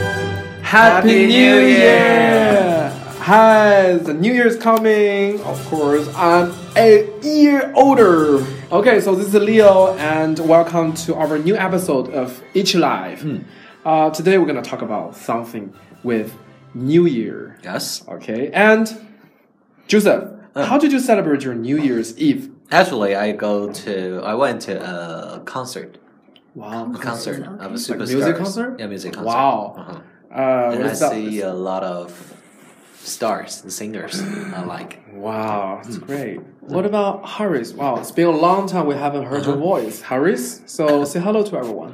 Happy New Happy New Year! Year! Hi, the New Year's coming. Of course, I'm a year older. Okay, so this is Leo, and welcome to our new episode of Each Live. Hmm. Uh, today we're gonna talk about something with New Year. Yes. Okay, and Joseph, Mm. how did you celebrate your New Year's Eve? Actually, I go to I went to a concert, Wow, a concert of a Like superstar. music concert? Yeah, music concert. Wow. Uh-huh. Uh, And what I is that? see a lot of stars, and singers I like. Wow, that's great. What about Harris? Wow, it's been a long time we haven't heard your voice, Harris. So say hello to everyone.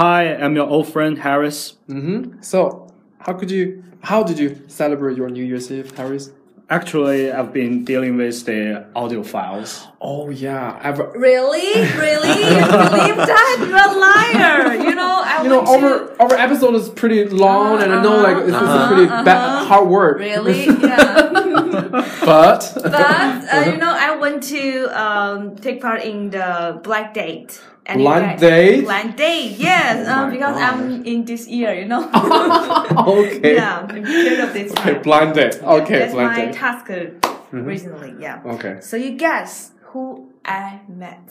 Hi, I'm your old friend Harris. hmm So, how could you? How did you celebrate your New Year's Eve, Harris? Actually, I've been dealing with the audio files. Oh yeah, I've, Really? Really? You believe that? You're a liar. You know, I you know went to- our our episode is pretty long, and I know like this is a Uh-huh, pretty bad, hard work. Really? Yeah. But, but, Uh-huh. uh, you know, I went to um, take part in the Black Date. And you Blind guys- date? Blind Date, yes. Oh uh, my because I'm in this year, you know. okay, yeah, I'm period of this okay, year. blind date. Okay, That's blind my date. Mm-hmm. task uh, recently, yeah. Okay, So you guess who I met.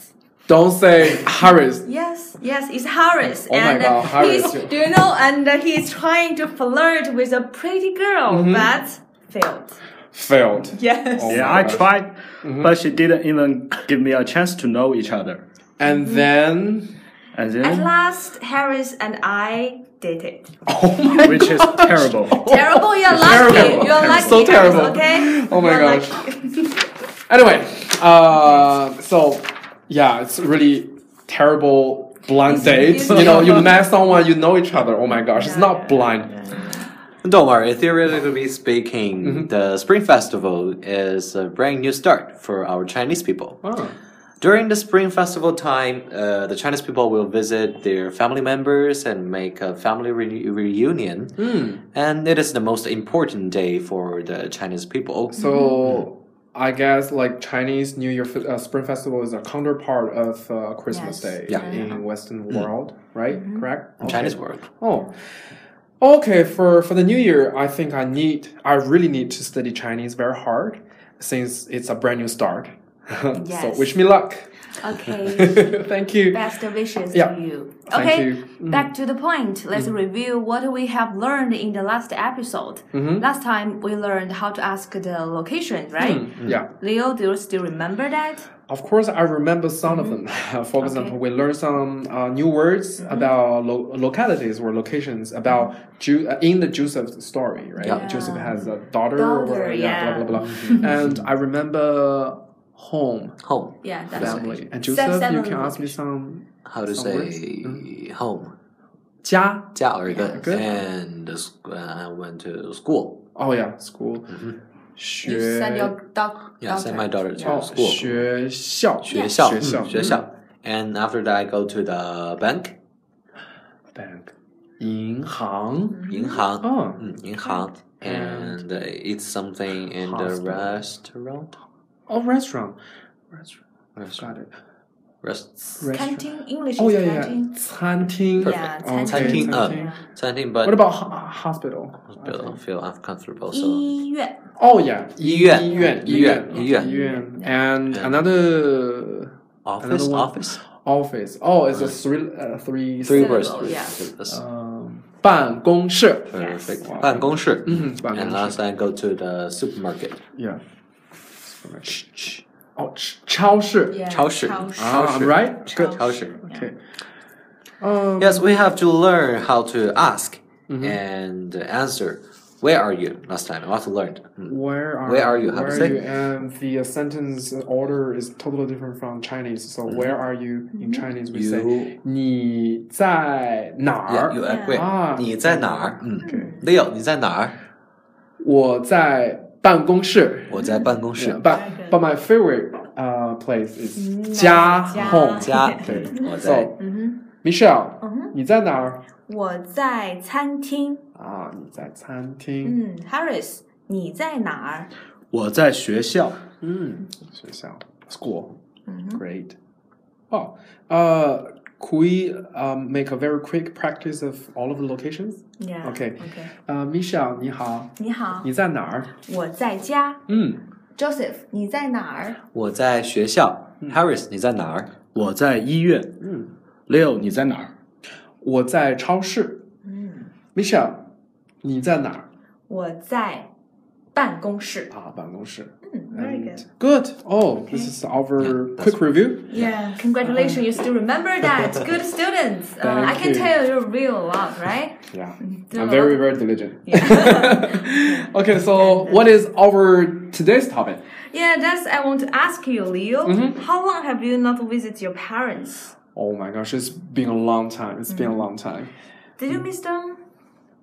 don't say Harris. Yes, yes, it's Harris. Oh my and uh, God, Harris. He's, do you know? And uh, he's trying to flirt with a pretty girl, but failed. Failed. Yes. Mm-hmm. Oh. yeah, my I gosh. tried, but she didn't even give me a chance to know each other. Mm-hmm. And then, And At then, last, Harris and I dated. oh my which is terrible. Terrible, you're lucky. terrible. You're lucky. So Harris, terrible. Okay. Oh my You're gosh. lucky. Anyway, uh, so yeah, it's really terrible blind date. it's You know, you terrible. met someone, you know each other. Oh my gosh, it's Yeah, not yeah, blind. Don't worry. Theoretically speaking, the Spring Festival is a brand new start for our Chinese people. Oh. During the Spring Festival time, uh, the Chinese people will visit their family members and make a family reu- reunion. And it is the most important day for the Chinese people. So I guess like Chinese New Year fe- uh, Spring Festival is a counterpart of uh, Christmas Yes. Mm-hmm. Day Yeah. in Western world, right? Correct. Okay. Chinese word. Oh. Okay, for, for the new year, I think I need, I really need to study Chinese very hard since it's a brand new start. so, Yes. wish me luck. okay. Thank you. Best wishes Yeah. to you. Thank okay. you. Mm-hmm. Back to the point. Let's review what we have learned in the last episode. Mm-hmm. Last time we learned how to ask the location, right? Yeah. Leo, do you still remember that? Of course, I remember some of them. Mm-hmm. For example, we learned some uh, new words about lo- localities or locations about Mm-hmm. Ju- uh, in the Joseph story, right? Yeah. Joseph has a daughter, or, Daughter, blah blah blah. and I remember home, Home. Yeah, that's right. family, and Joseph. You seven can ask me some How to Some words. say home. 家. Yeah, Mm-hmm. good. And the sc- uh, I went to school. Oh yeah, school. 学 You send your Oh, dog. Yeah, I sent my daughter to 哦 school. 学校学学校，学校学校。And after that, I go to the bank. Mm-hmm. bank 银行 Yinhang. Mm-hmm. Oh. Mm, And uh, eat something in the Hospital. restaurant. oh restaurant restaurant Restaurant. got it Rest- restaurant. Canteen English. Oh is yeah, yeah. Canteen. Canteen. Yeah, Okay, Canteen, uh, canteen. Something, What but about ho- uh, hospital? I don't feel uncomfortable. So 医院. Oh yeah, 医院。医院，医院，医院，医院。医院. and another office, Another one. office, office. Oh, it's a three, uh, three, three Syllable, words. yeah. That's Um, 办公室. Perfect. Wow. 办公室. Mhm, And 办公室. last I go to the supermarket. Yeah. Oh, ch- 超市. Yeah. 超市。 Ah, I'm right. Good. 超市。 Okay. Um, Yes, we have to learn how to ask Mm-hmm. and answer. Where are you? Last time, what learned? Mm. Where are Where are you? How Where to are say? you? And the uh, sentence order is totally different from Chinese. So where are you in Chinese? We say Mm-hmm. You- 你在哪儿 Yeah, you Yeah. agree. Ah. Hmm. 你在哪儿？嗯。Leo, 你在哪儿？我在办公室。我在办公室。 Yeah, but Okay. but my favorite uh place is 家。家 home 家。 Okay. 我在- So Michelle，你在哪儿？啊，你在餐厅。我在餐厅。嗯，Harris，你在哪儿？Hmm, 我在学校，Mm-hmm. 学校 school great. Wow. Oh, Uh, Could we um, make a very quick practice of all of the locations? Yeah. Okay. Okay. 呃、m i c h e l l e 你好，你好，你在哪儿？我在家。嗯 Joseph，你在哪儿？我在学校。Harris，你在哪儿？我在医院。嗯， Leo，你在哪儿？我在超市。嗯， m i c h e l l e 你在哪儿？我在办公室。啊，办公室。嗯，very And good. Good. Oh, this is Okay. our Yeah, that's- quick review. Yeah, congratulations. You still remember that. Good students. Uh, Thank I can you. tell you're real a lot, right? Yeah, Do I'm a very lot. very diligent. Yeah. okay, so what is our today's topic? yeah, that's I want to ask you, Leo. Mm-hmm. How long have you not visited your parents? Oh my gosh, it's been a long time. It's Mm. been a long time. Did you miss them?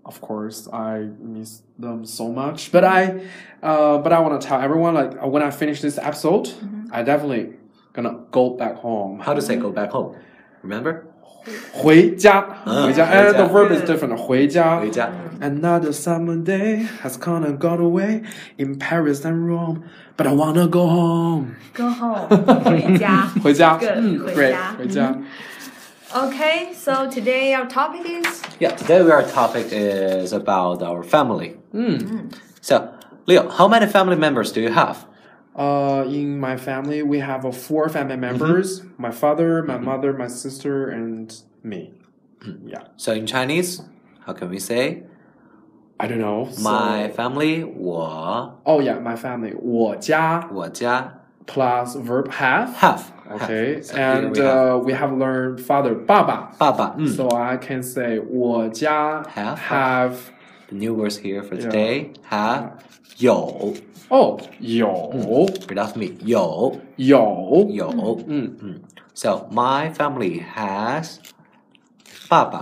Of course, I miss them so much. But I, uh, but I want to tell everyone like uh, when I finish this episode, I definitely gonna go back home. How to say go back home? Remember? 回家,回家. And Uh, the 回家。 verb is different. 回家.回家。Hmm. Another summer day has come and gone away in Paris and Rome, but I wanna go home. Go home. 回家.回家. Good. Mm, 回家. great. 回家. Okay, so today our topic is Yeah, today our topic is about our family. Hmm. Hmm. So, Leo, how many family members do you have? Uh, in my family, we have uh, four family members: my father, my mother, my sister, and me. Yeah, So in Chinese, how can we say I don't know. so- my family? 我 oh yeah, my family. 我家我家 plus verb have. have Okay, have. So here and we have uh, we have learned father 爸爸.爸爸嗯 So I can say 我家 Have. have Mm. The new words here for Yeah. today have 有 oh 有 read off me 有有有嗯嗯 Mm. So my family has 爸爸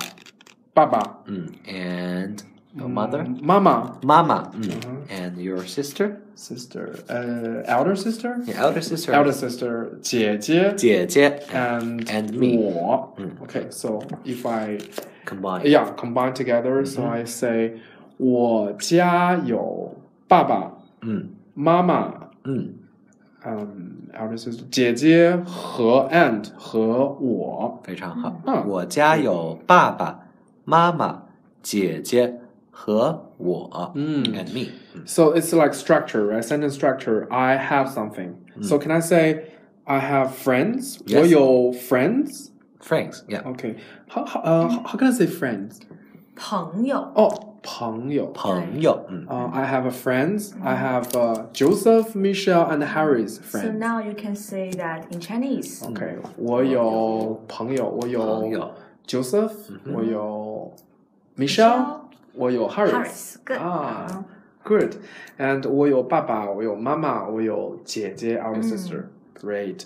爸爸嗯 and your mother Mm. 妈妈 mama Uh-huh. 嗯 and your sister sister 呃 elder sister your elder sister elder sister 姐姐姐姐 and and me Hmm. 我 okay so if I combined yeah combine together so I say 我家有爸爸嗯妈妈 Um, 嗯嗯 elder sister 姐姐和 aunt 和我非常好。嗯我家有爸爸妈妈、姐姐和我。嗯，and me。 So it's like structure, right? Sentence structure. I have something. So can I say I have friends? Yes. 我有 friends. Friends, yeah， Okay. How how, uh, how- how can I say friends? 朋友. Oh, 朋友.朋友。嗯 Uh, I have a friends. I have uh, Joseph, Michelle, and Harry's So friends. now you can say that in Chinese. Okay. 我有朋友，我有朋友。 Joseph, 我有 Michelle, 我有 Harry's. Paris. Good. 啊 Good. And 我有爸爸，我有妈妈，我有姐姐 our sister. Great.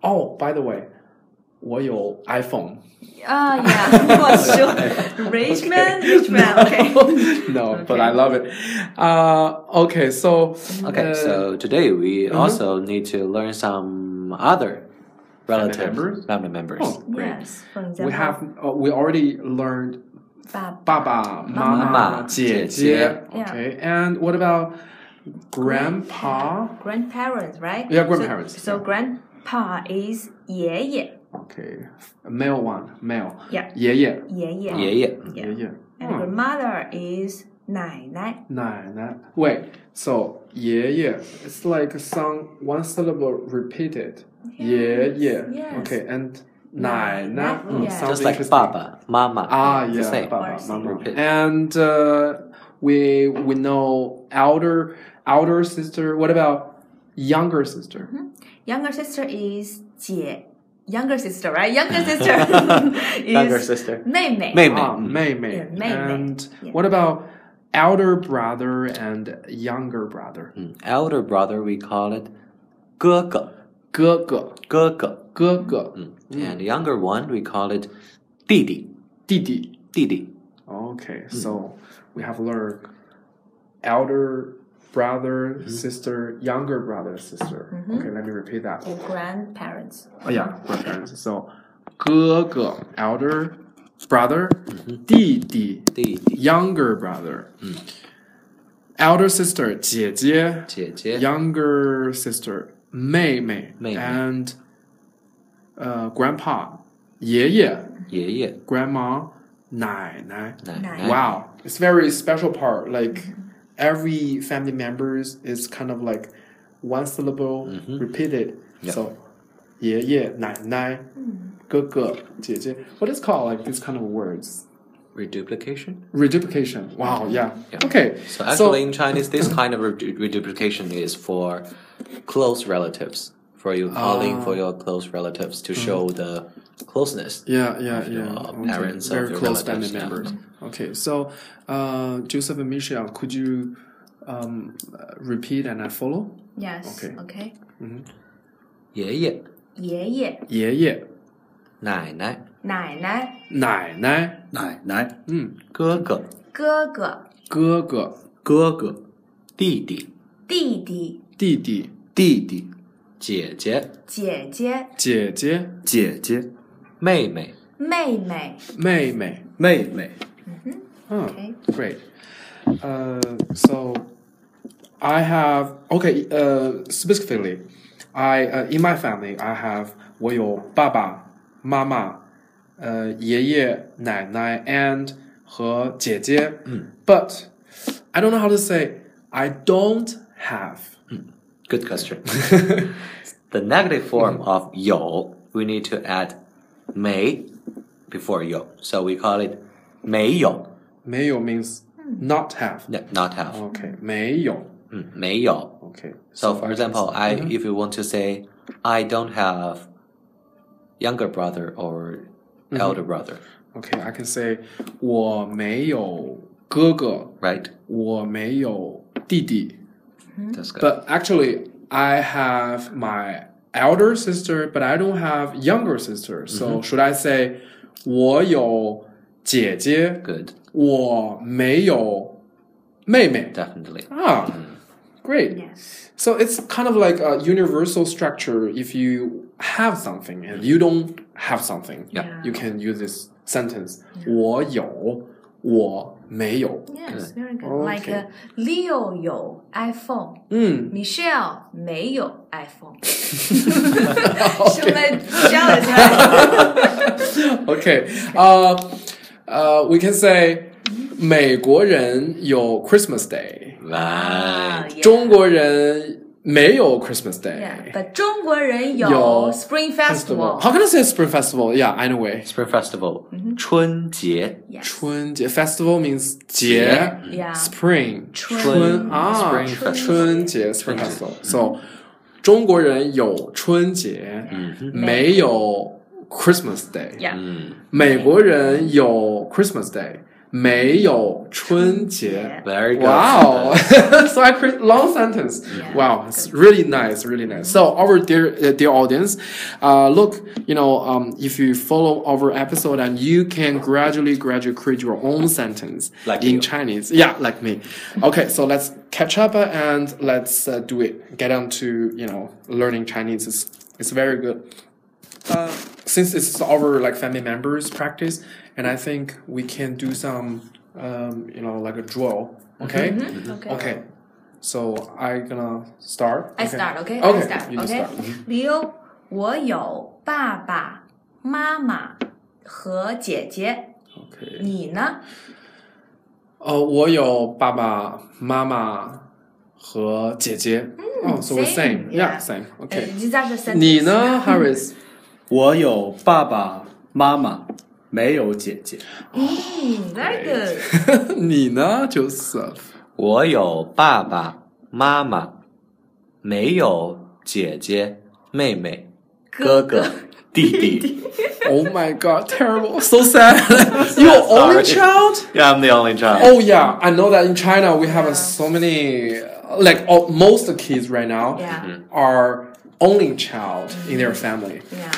Oh, by the way, 我有 iPhone. Ah, yeah, of course, sure. Rich man, rich man, okay. no, but I love it. Uh, okay, so Okay, uh, so today we mm-hmm。 also need to learn some other relative members? family members. Oh. Yes, for example. we have uh, we already learned 爸爸。爸爸、妈妈、妈妈、姐姐。姐姐。 Okay, and what about grandpa? grandparents, right? Yeah, grandparents, So, so yeah. grandpa is 爷爷, Okay, male one, male. Yeah. 爷爷，爷爷,爷爷，嗯 Yeah. 爷爷。 and Hmm. grandmother is 奶奶.奶奶. Wait, so 爷爷 it's like some one syllable repeated. 爷爷. yes. Okay, and 奶奶. Nai-nai, mm, yes. sounds just like interesting. 爸爸妈妈。 Ah, it's yeah. the same. Baba, Or mama. same. And uh, we we know elder elder sister. What about younger sister? Younger sister is 姐, younger sister, right? Younger sister is Younger sister. 妹妹.妹妹。 Ah, Mm. Mei Yeah, Mei. Mei Mei. And Yeah. what about elder brother and younger brother? 嗯，elder Mm. brother we call it 哥哥，哥哥哥哥。哥哥，嗯，and the younger one we call it 弟弟，弟弟。弟弟。 Okay, so we have learned elder brother, sister, younger brother, sister. Mm-hmm. Okay, let me repeat that. Your grandparents. Oh yeah, grandparents. So 哥哥 elder brother, Mm-hmm. 弟弟弟弟 younger brother. Elder sister 姐姐姐姐 younger sister 妹妹妹妹 and uh grandpa 爷爷爷爷 grandma, 奶奶。奶奶 Wow, it's very special part. Like every family members is kind of like one syllable Mm-hmm. repeated. Yeah. So, 爷爷奶奶哥哥姐姐 What is called like these kind of words? reduplication. Reduplication. Wow. Yeah. Yeah. Okay. So actually, in Chinese, this kind of redu- reduplication is for close relatives, for your calling for your close relatives to show the closeness. Yeah, yeah, yeah. uh, Okay. parents of very your close family relatives, yeah. members. Okay, so uh, Joseph and Michelle, could you um, uh, repeat and I follow? Yes. Okay. Okay. 爷爷爷爷、爷爷、奶奶、奶奶、奶奶、奶奶、嗯，哥哥、哥哥、哥哥、哥哥、弟弟、弟弟、弟弟、弟弟、姐姐、姐姐、姐姐、姐姐、妹妹。妹妹。妹妹。妹妹。嗯 Okay. Great. Uh, so I have okay. Uh, specifically, I uh, in my family I have 我有爸爸妈妈，呃爷爷奶奶 and 和姐姐。嗯。But I don't know how to say I don't have. Good question. the negative form of 有, we need to add 没 before 有. So we call it 没有,没有 means not have. n- not Mm, have. Okay. 没有。嗯,没有. Okay. So for example, I if you want to say I don't have younger brother or elder brother, Okay. I can say 我没有哥哥。 right? Mm-hmm. 我没有弟弟, That's good. but actually I have my elder sister, but I don't have younger sister. So should I say 我有姐姐, good. 我没有妹妹? Definitely. Ah, great. Yes. So it's kind of like a universal structure. If you have something and you don't have something, Yeah. you can use this sentence 我有,我没有. Yes. Very good. Okay. Like uh, Leo 有 iPhone。Michelle 没有 iPhone，兄妹交流起 来。 Okay. Uh, uh, we can say 美国人有 Christmas Day, Ah, Right. 中国人没有 Christmas Day. Yeah，but 中国人有有 Spring Festival. Festival。 How can I say Spring Festival? Yeah, anyway. Spring festival. 春节. Yes. 春节 Festival means 节 Yeah. Spring 春啊 Spring festival. 春节 Spring Festival. So Mm-hmm. 中国人有春节，没有 Christmas Day。 Yeah. 美国人有 Christmas Day，没有春嗯节。哦 Very good. Wow, so I create long sentence. Wow, it's really nice, really nice. So our dear uh, dear audience, uh, look, you know, um, if you follow our episode and you can gradually gradually create your own sentence Like in you. Chinese. Yeah, like me. Okay, so let's catch up uh, and let's uh, do it. Get on to you know learning Chinese. It's it's very good uh, since it's our like family members practice, and I think we can do some, um, you know, like a drill. Okay. Okay. Okay. So I gonna start. I start. Okay. Okay. I start. You can Okay. start. Mm-hmm。 Leo，我有爸爸妈妈和姐姐， Okay. 你呢？呃，我有爸爸妈妈和姐姐。哦，so we're Hmm, same, same. Yeah, yeah. same. 呃 Okay. ，these are the sentences 你呢，Harris？我有爸爸妈妈，没有姐姐。嗯，very good。你呢，Joseph？ 我有爸爸妈妈，没有姐姐妹妹哥哥弟弟。 Oh my god, terrible, so sad. you only Sorry. child? Yeah, I'm the only child. Oh yeah, I know that in China we have uh, so many like all, most of kids right now Yeah. Mhm. are only child in their family. Yeah.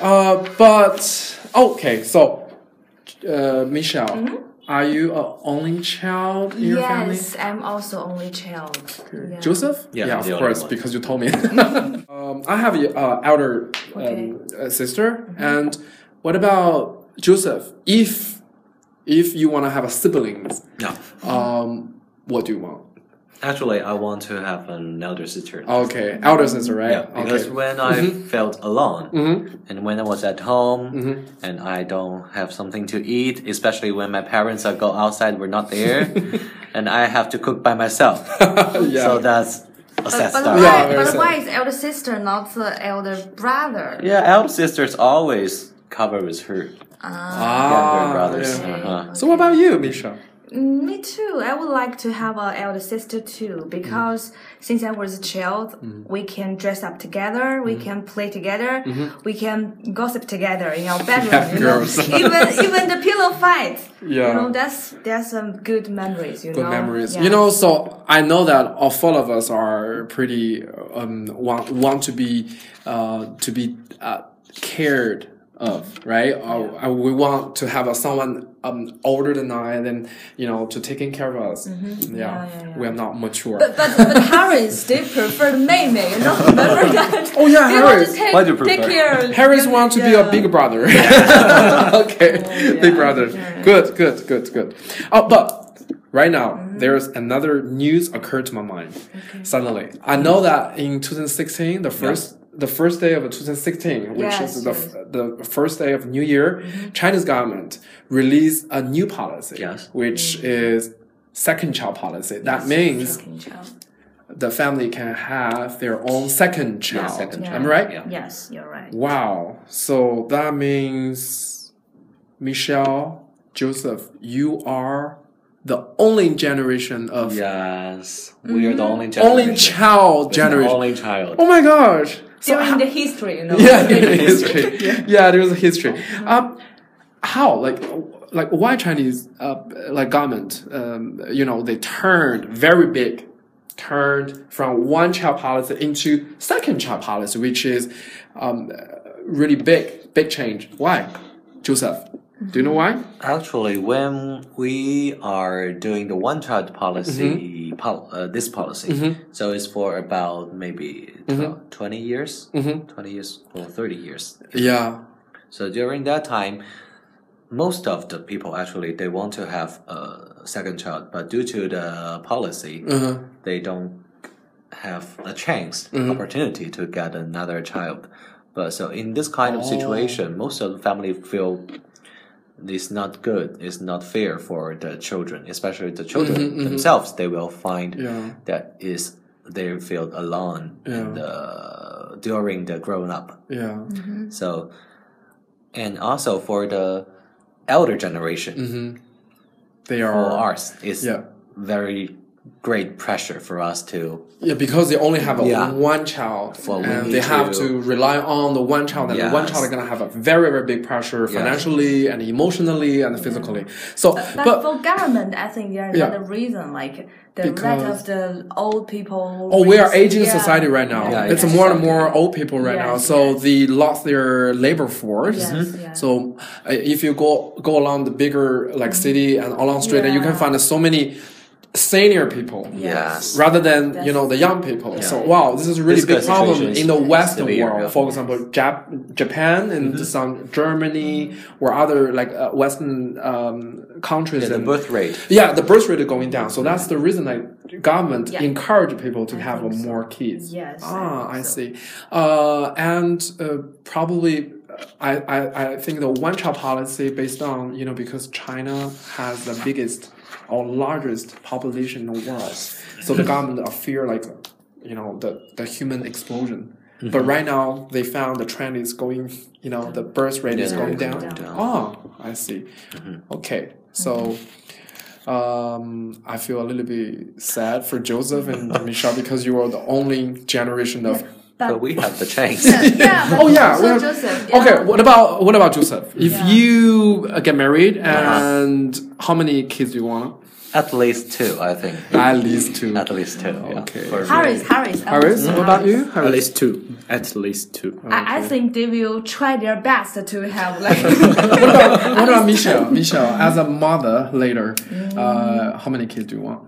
Uh, but okay, so uh, Michelle, are you an only child in your family? Mm-hmm. Yes, I'm also only child. Yeah. Joseph? Yeah, of the other course, one. because you told me. um, I have an uh, elder um, Okay. Mm-hmm. uh, sister, and what about Joseph? If if you want to have a siblings, No. um, what do you want? Actually, I want to have an elder sister. Okay, elder sister, right? Yeah, because okay. Mm-hmm. when I felt alone, and when I was at home, Mm-hmm. and I don't have something to eat, especially when my parents are go outside, were not there, and I have to cook by myself. yeah. So that's a sad But, but story. Yeah, why? very but sad. why is elder sister not the elder brother? Yeah, elder sisters always cover with her younger ah, brothers. yeah. Uh-huh. So what about you, Misha? Mm, Me too. I would like to have an elder sister too Mm. because since I was a child, we can dress up together, Mm. we can play together, we can gossip together in our bedroom. you Mm-hmm. know. girls. even even the pillow fight. Yeah. You know, that's that's some good memories. You Good know. memories. Yeah. You know, so I know that all four of us are pretty um, want want to be uh, to be uh, cared of, right? Or- or we want to have uh, someone um, older than I, and then you know, to taking care of us. Yeah. Mm-hmm. yeah, yeah. we are not mature. But but but Harris, they prefer Mei Mei. You know, remember that? oh yeah, They want Harris. to take, Why do you take prefer? care. Harris wants to be a Yeah. Oh, big brother. okay, big brother. Good, good, good, good. Oh, but right now Mm-hmm. there's another news occurred to my mind. Suddenly, I know that in 2016, the first. The first day of 2016, which Yes, is the, yes. Mm-hmm. the first day of New Year, China's government released a new policy, Yes. which Mm. is second child policy. That means the family can have their own second child. second Am I child, right? yeah. Yes, you're right. Wow. So that means Michelle, Joseph, you are the only generation of Yes, we are the only generation. only child It's the generation. Only child. oh my gosh. So During ho- the history, you know. yeah, there is history. yeah, there is a history. Um, how like like why Chinese uh, like government um, you know they turned very big, turned from one child policy into second child policy, which is um, really big big change. Why, Joseph? Do you know why? Mm-hmm. Actually, when we are doing the one child policy, pol- uh, this policy, so it's for about maybe 12, 20 years, 20 years or 30 years. Yeah. So during that time, most of the people actually they want to have a second child, but due to the policy, they don't have a chance, opportunity to get another child. But so in this kind of situation, most of the family feel it's not good, it's not fair for the children, especially the children themselves. They will find Yeah. that is they feel alone and, uh, during the grown up. Yeah. So, and also for the elder generation, They for are. ours, it's Mm-hmm. Yeah. very great pressure for us to. Yeah, because they only have a Yeah. one child, Well, we and need they have to- to rely on the one child, and the one Yes. child are gonna have a very, very big pressure financially and emotionally and physically. So, But, but for government, I think there's Yeah. another reason, like the right Because- of the old people. oh, we are raise- aging yeah. society right now. Yeah, it's yeah. more and more old people right Yes, now, so yes. they lost their labor force. Yes, Mm-hmm. Mhm. yes. So, uh, if you go go along the bigger like city and along street, you can Mm-hmm. Yeah. find so many senior people. Yes. rather than you Yes. know the young people. So Yeah. wow, this is a really This big kind of problem situation in the is Western severe, world. yeah. Mm-hmm. For example, Jap- Japan and some Germany Mm-hmm. or other like uh, Western um, countries. The and birth rate. yeah, the birth rate is going down. So that's the reason like government Yeah. encourage people to have think so. more kids. Yes, I Ah, think I so. see. Uh, and uh, probably. uh, I, I, I think the one child policy based on you know because China has the biggest or largest population in the world, so the government are fear like you know the, the human explosion. Mm-hmm. But right now they found the trend is going you know the birth rate is Yeah, going going down. down. Mm-hmm. Oh, I see. Okay, so um, I feel a little bit sad for Joseph and Michelle because you are the only generation of. But- But we have the chance. yeah, but Oh yeah. also we have- Joseph, yeah. Okay. What about what about Joseph? If Yeah. you uh, get married, and how many kids you want? At least two, I think. At least two. At least two. yeah. Okay. For me. Harris, Harris, I Harris, want what to- about you? At Harris. least two. At least two. I, I think they will try their best to have like what about what about Michelle? Michelle, as a mother later, uh, Mm. how many kids do you want?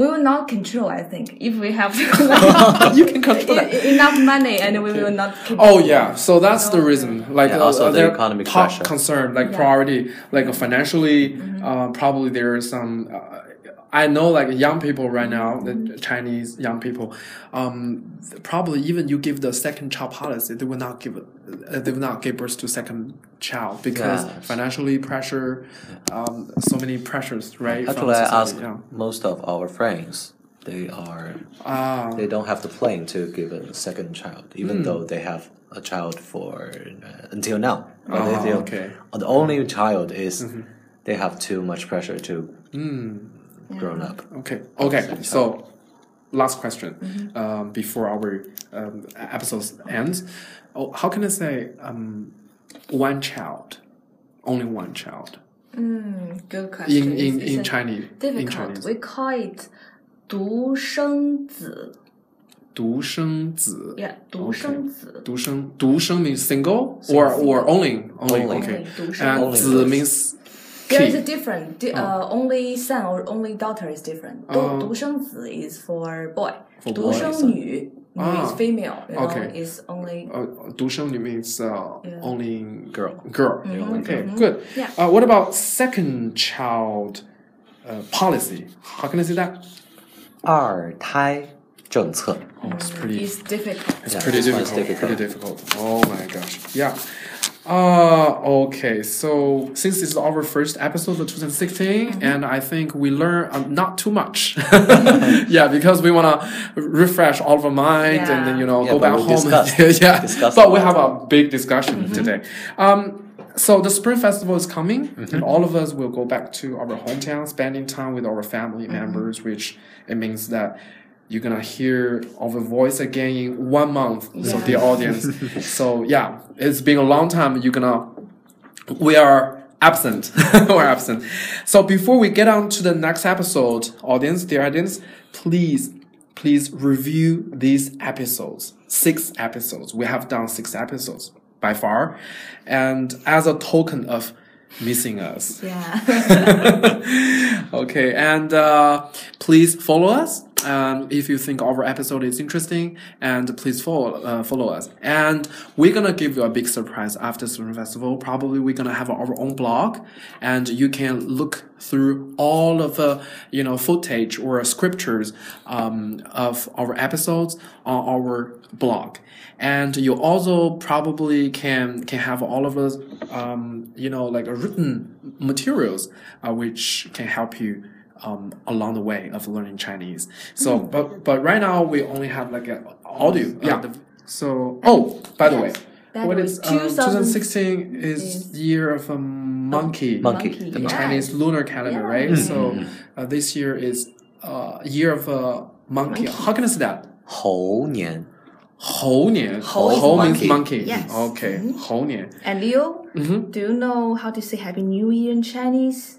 we will not control. I think if we have like, You can control e- e- enough money and we will not. Control. Oh yeah, so that's the reason. Like Yeah, uh, also the their economic top pressure. concern, like priority, like financially, uh, probably there is some uh, I know like young people right now, the Chinese young people, um, probably even you give the second child policy, they will not give, uh, they will not give birth to second child because Yes. financially pressure, um, so many pressures, right? from Actually, I ask society, yeah. most of our friends. They are. Ah. Hmm. They don't have the plan to give a second child, even though they have a child for uh, until now. But they Oh, feel okay. Mm-hmm. The only child is they have too much pressure to Hmm. grown up. Okay. Okay. So, last question um, before our um, episode ends. Oh, how can I say um, one child, only one child Good in question. in, in It's Chinese in Difficult. Chinese. We call it 独生子.独生子. Yeah, Okay. 独生子.独生-独生 means single or or only only, okay. Only. Only, And 独生。子 means There is a kid. different. di- Oh. Uh, only son or only daughter is different. 独-独生子 is for boy. For boy. 独生女 Ah. is female. You know, Okay. is only. Uh, 独生女 means uh, only Girl. girl. only Okay, good. Yeah. Uh, what about second child uh, policy? How can I say that? 二胎政策 Oh, it's pretty. It's difficult. Yeah. pretty It's difficult, difficult. Pretty difficult. Oh my gosh. Yeah. Uh, okay. So since this is our first episode of 2016, and I think we learn uh, not too much. yeah, because we wanna refresh all of our mind and then you know Yeah, go but back we home. discussed- yeah. discussed but a we lot. have a big discussion today. Um, so the spring festival is coming, and all of us will go back to our hometown, spending time with our family members, which it means that you're gonna hear our voice again in one month. So the audience. so yeah, it's been a long time. You're gonna we are absent. We're absent. So before we get on to the next episode, audience, dear audience, please, please review these episodes. Six episodes. We have done six episodes by far. And as a token of missing us. Yeah. Okay, and uh, please follow us um, if you think our episode is interesting, and please follow uh, follow us. And we're gonna give you a big surprise after Spring Festival. Probably we're gonna have our own blog, and you can look through all of the you know footage or scriptures um, of our episodes on our blog. And you also probably can can have all of us, um, you know, like a written materials, uh, which can help you um, along the way of learning Chinese. So, but but right now we only have like an audio. Hmm. yeah. so, oh, by the way, By what the way, is um, 2000 2016 is year of a Oh, monkey. Monkey. Monkey, The In yeah. Chinese lunar calendar, Yeah. right? So uh, this year is uh, year of a monkey. How can I say that? 猴年猴年，猴 is means monkey. monkey. Yes. Okay，、猴年 And Leo, Mm-hmm. do you know how to say Happy New Year in Chinese?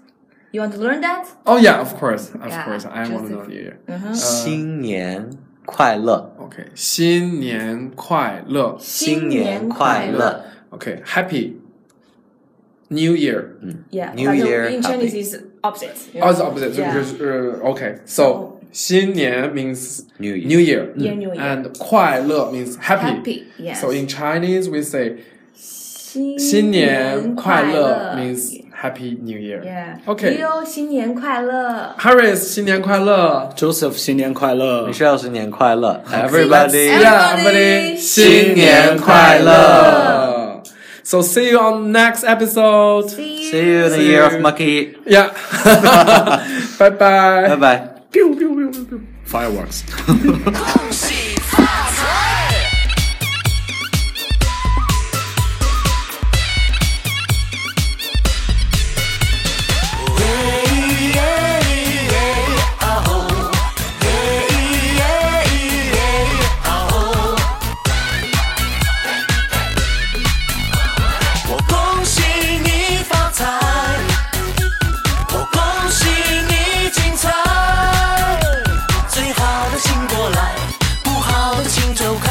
You want to learn that? Oh yeah, of course, of Yeah, course. I want to know Joseph. you. 新年快乐 Okay，新年快乐。新年快乐 Okay，Happy New Year. Yeah. New but Year, in Chinese happy. is opposite. you Oh, it's know? opposite. Yeah. Uh, okay, so 新年 means New Year. New Year. Yeah, New Year. And 快乐 means happy. Happy, yes. So in Chinese we say 新年快乐新年快乐 means Happy New Year. yeah. Okay. Leo, 新年快乐. Harris 新年快乐。 Joseph 新年快乐！ ，Michelle，新年快乐 Everybody. ，Everybody。 everybody，新年快乐。 So see you on next episode. See you. See you in the year of monkey. Yeah. bye bye. Bye bye. Pew, pew, pew, pew, pew. Fireworks. 恭喜发财！我恭喜你发财，我恭喜你精彩。最好的醒过来，不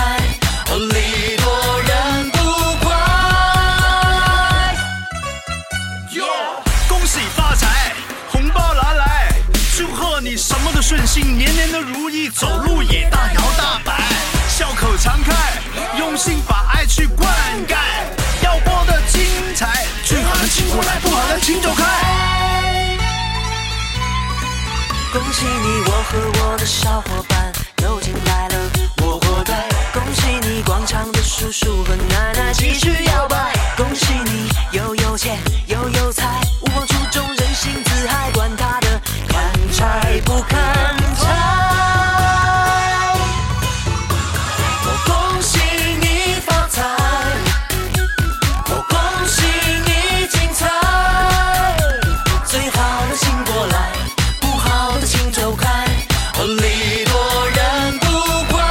喜你，我和我的小伙伴都进来了魔火队。恭喜你，广场的叔叔和奶奶继续摇摆。恭喜你，又有钱又有才，无忘初衷，人性自嗨，管他的，砍柴不砍柴。我恭喜你发财，我恭喜你精彩。最好的请过来，不好的请走开，哦礼多人不怪。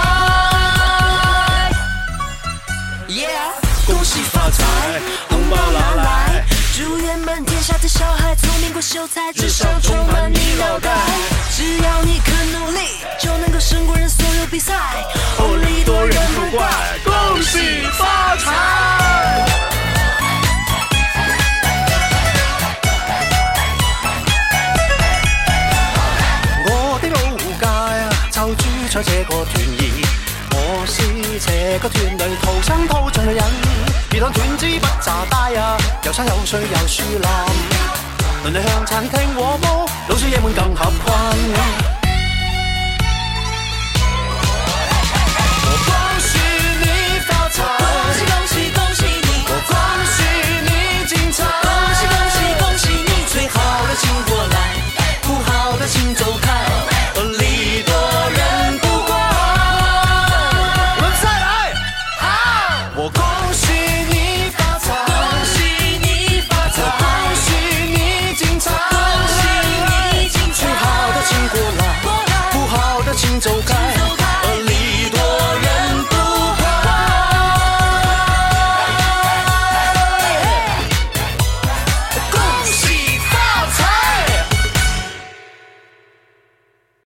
Yeah，恭喜发财，哎红包拿来！祝愿满天下的小孩聪明过秀才，智商充满你脑袋。只要你肯努力，就能够胜过人所有比赛。哦，利多人不怪，恭喜发财！我的老界啊，就住在這個團兒。我是這個團裏土生土長嘅人，而當團支不炸呆啊，又生又水又樹林。鄰里向撐聽和煲，老鼠野滿更合群。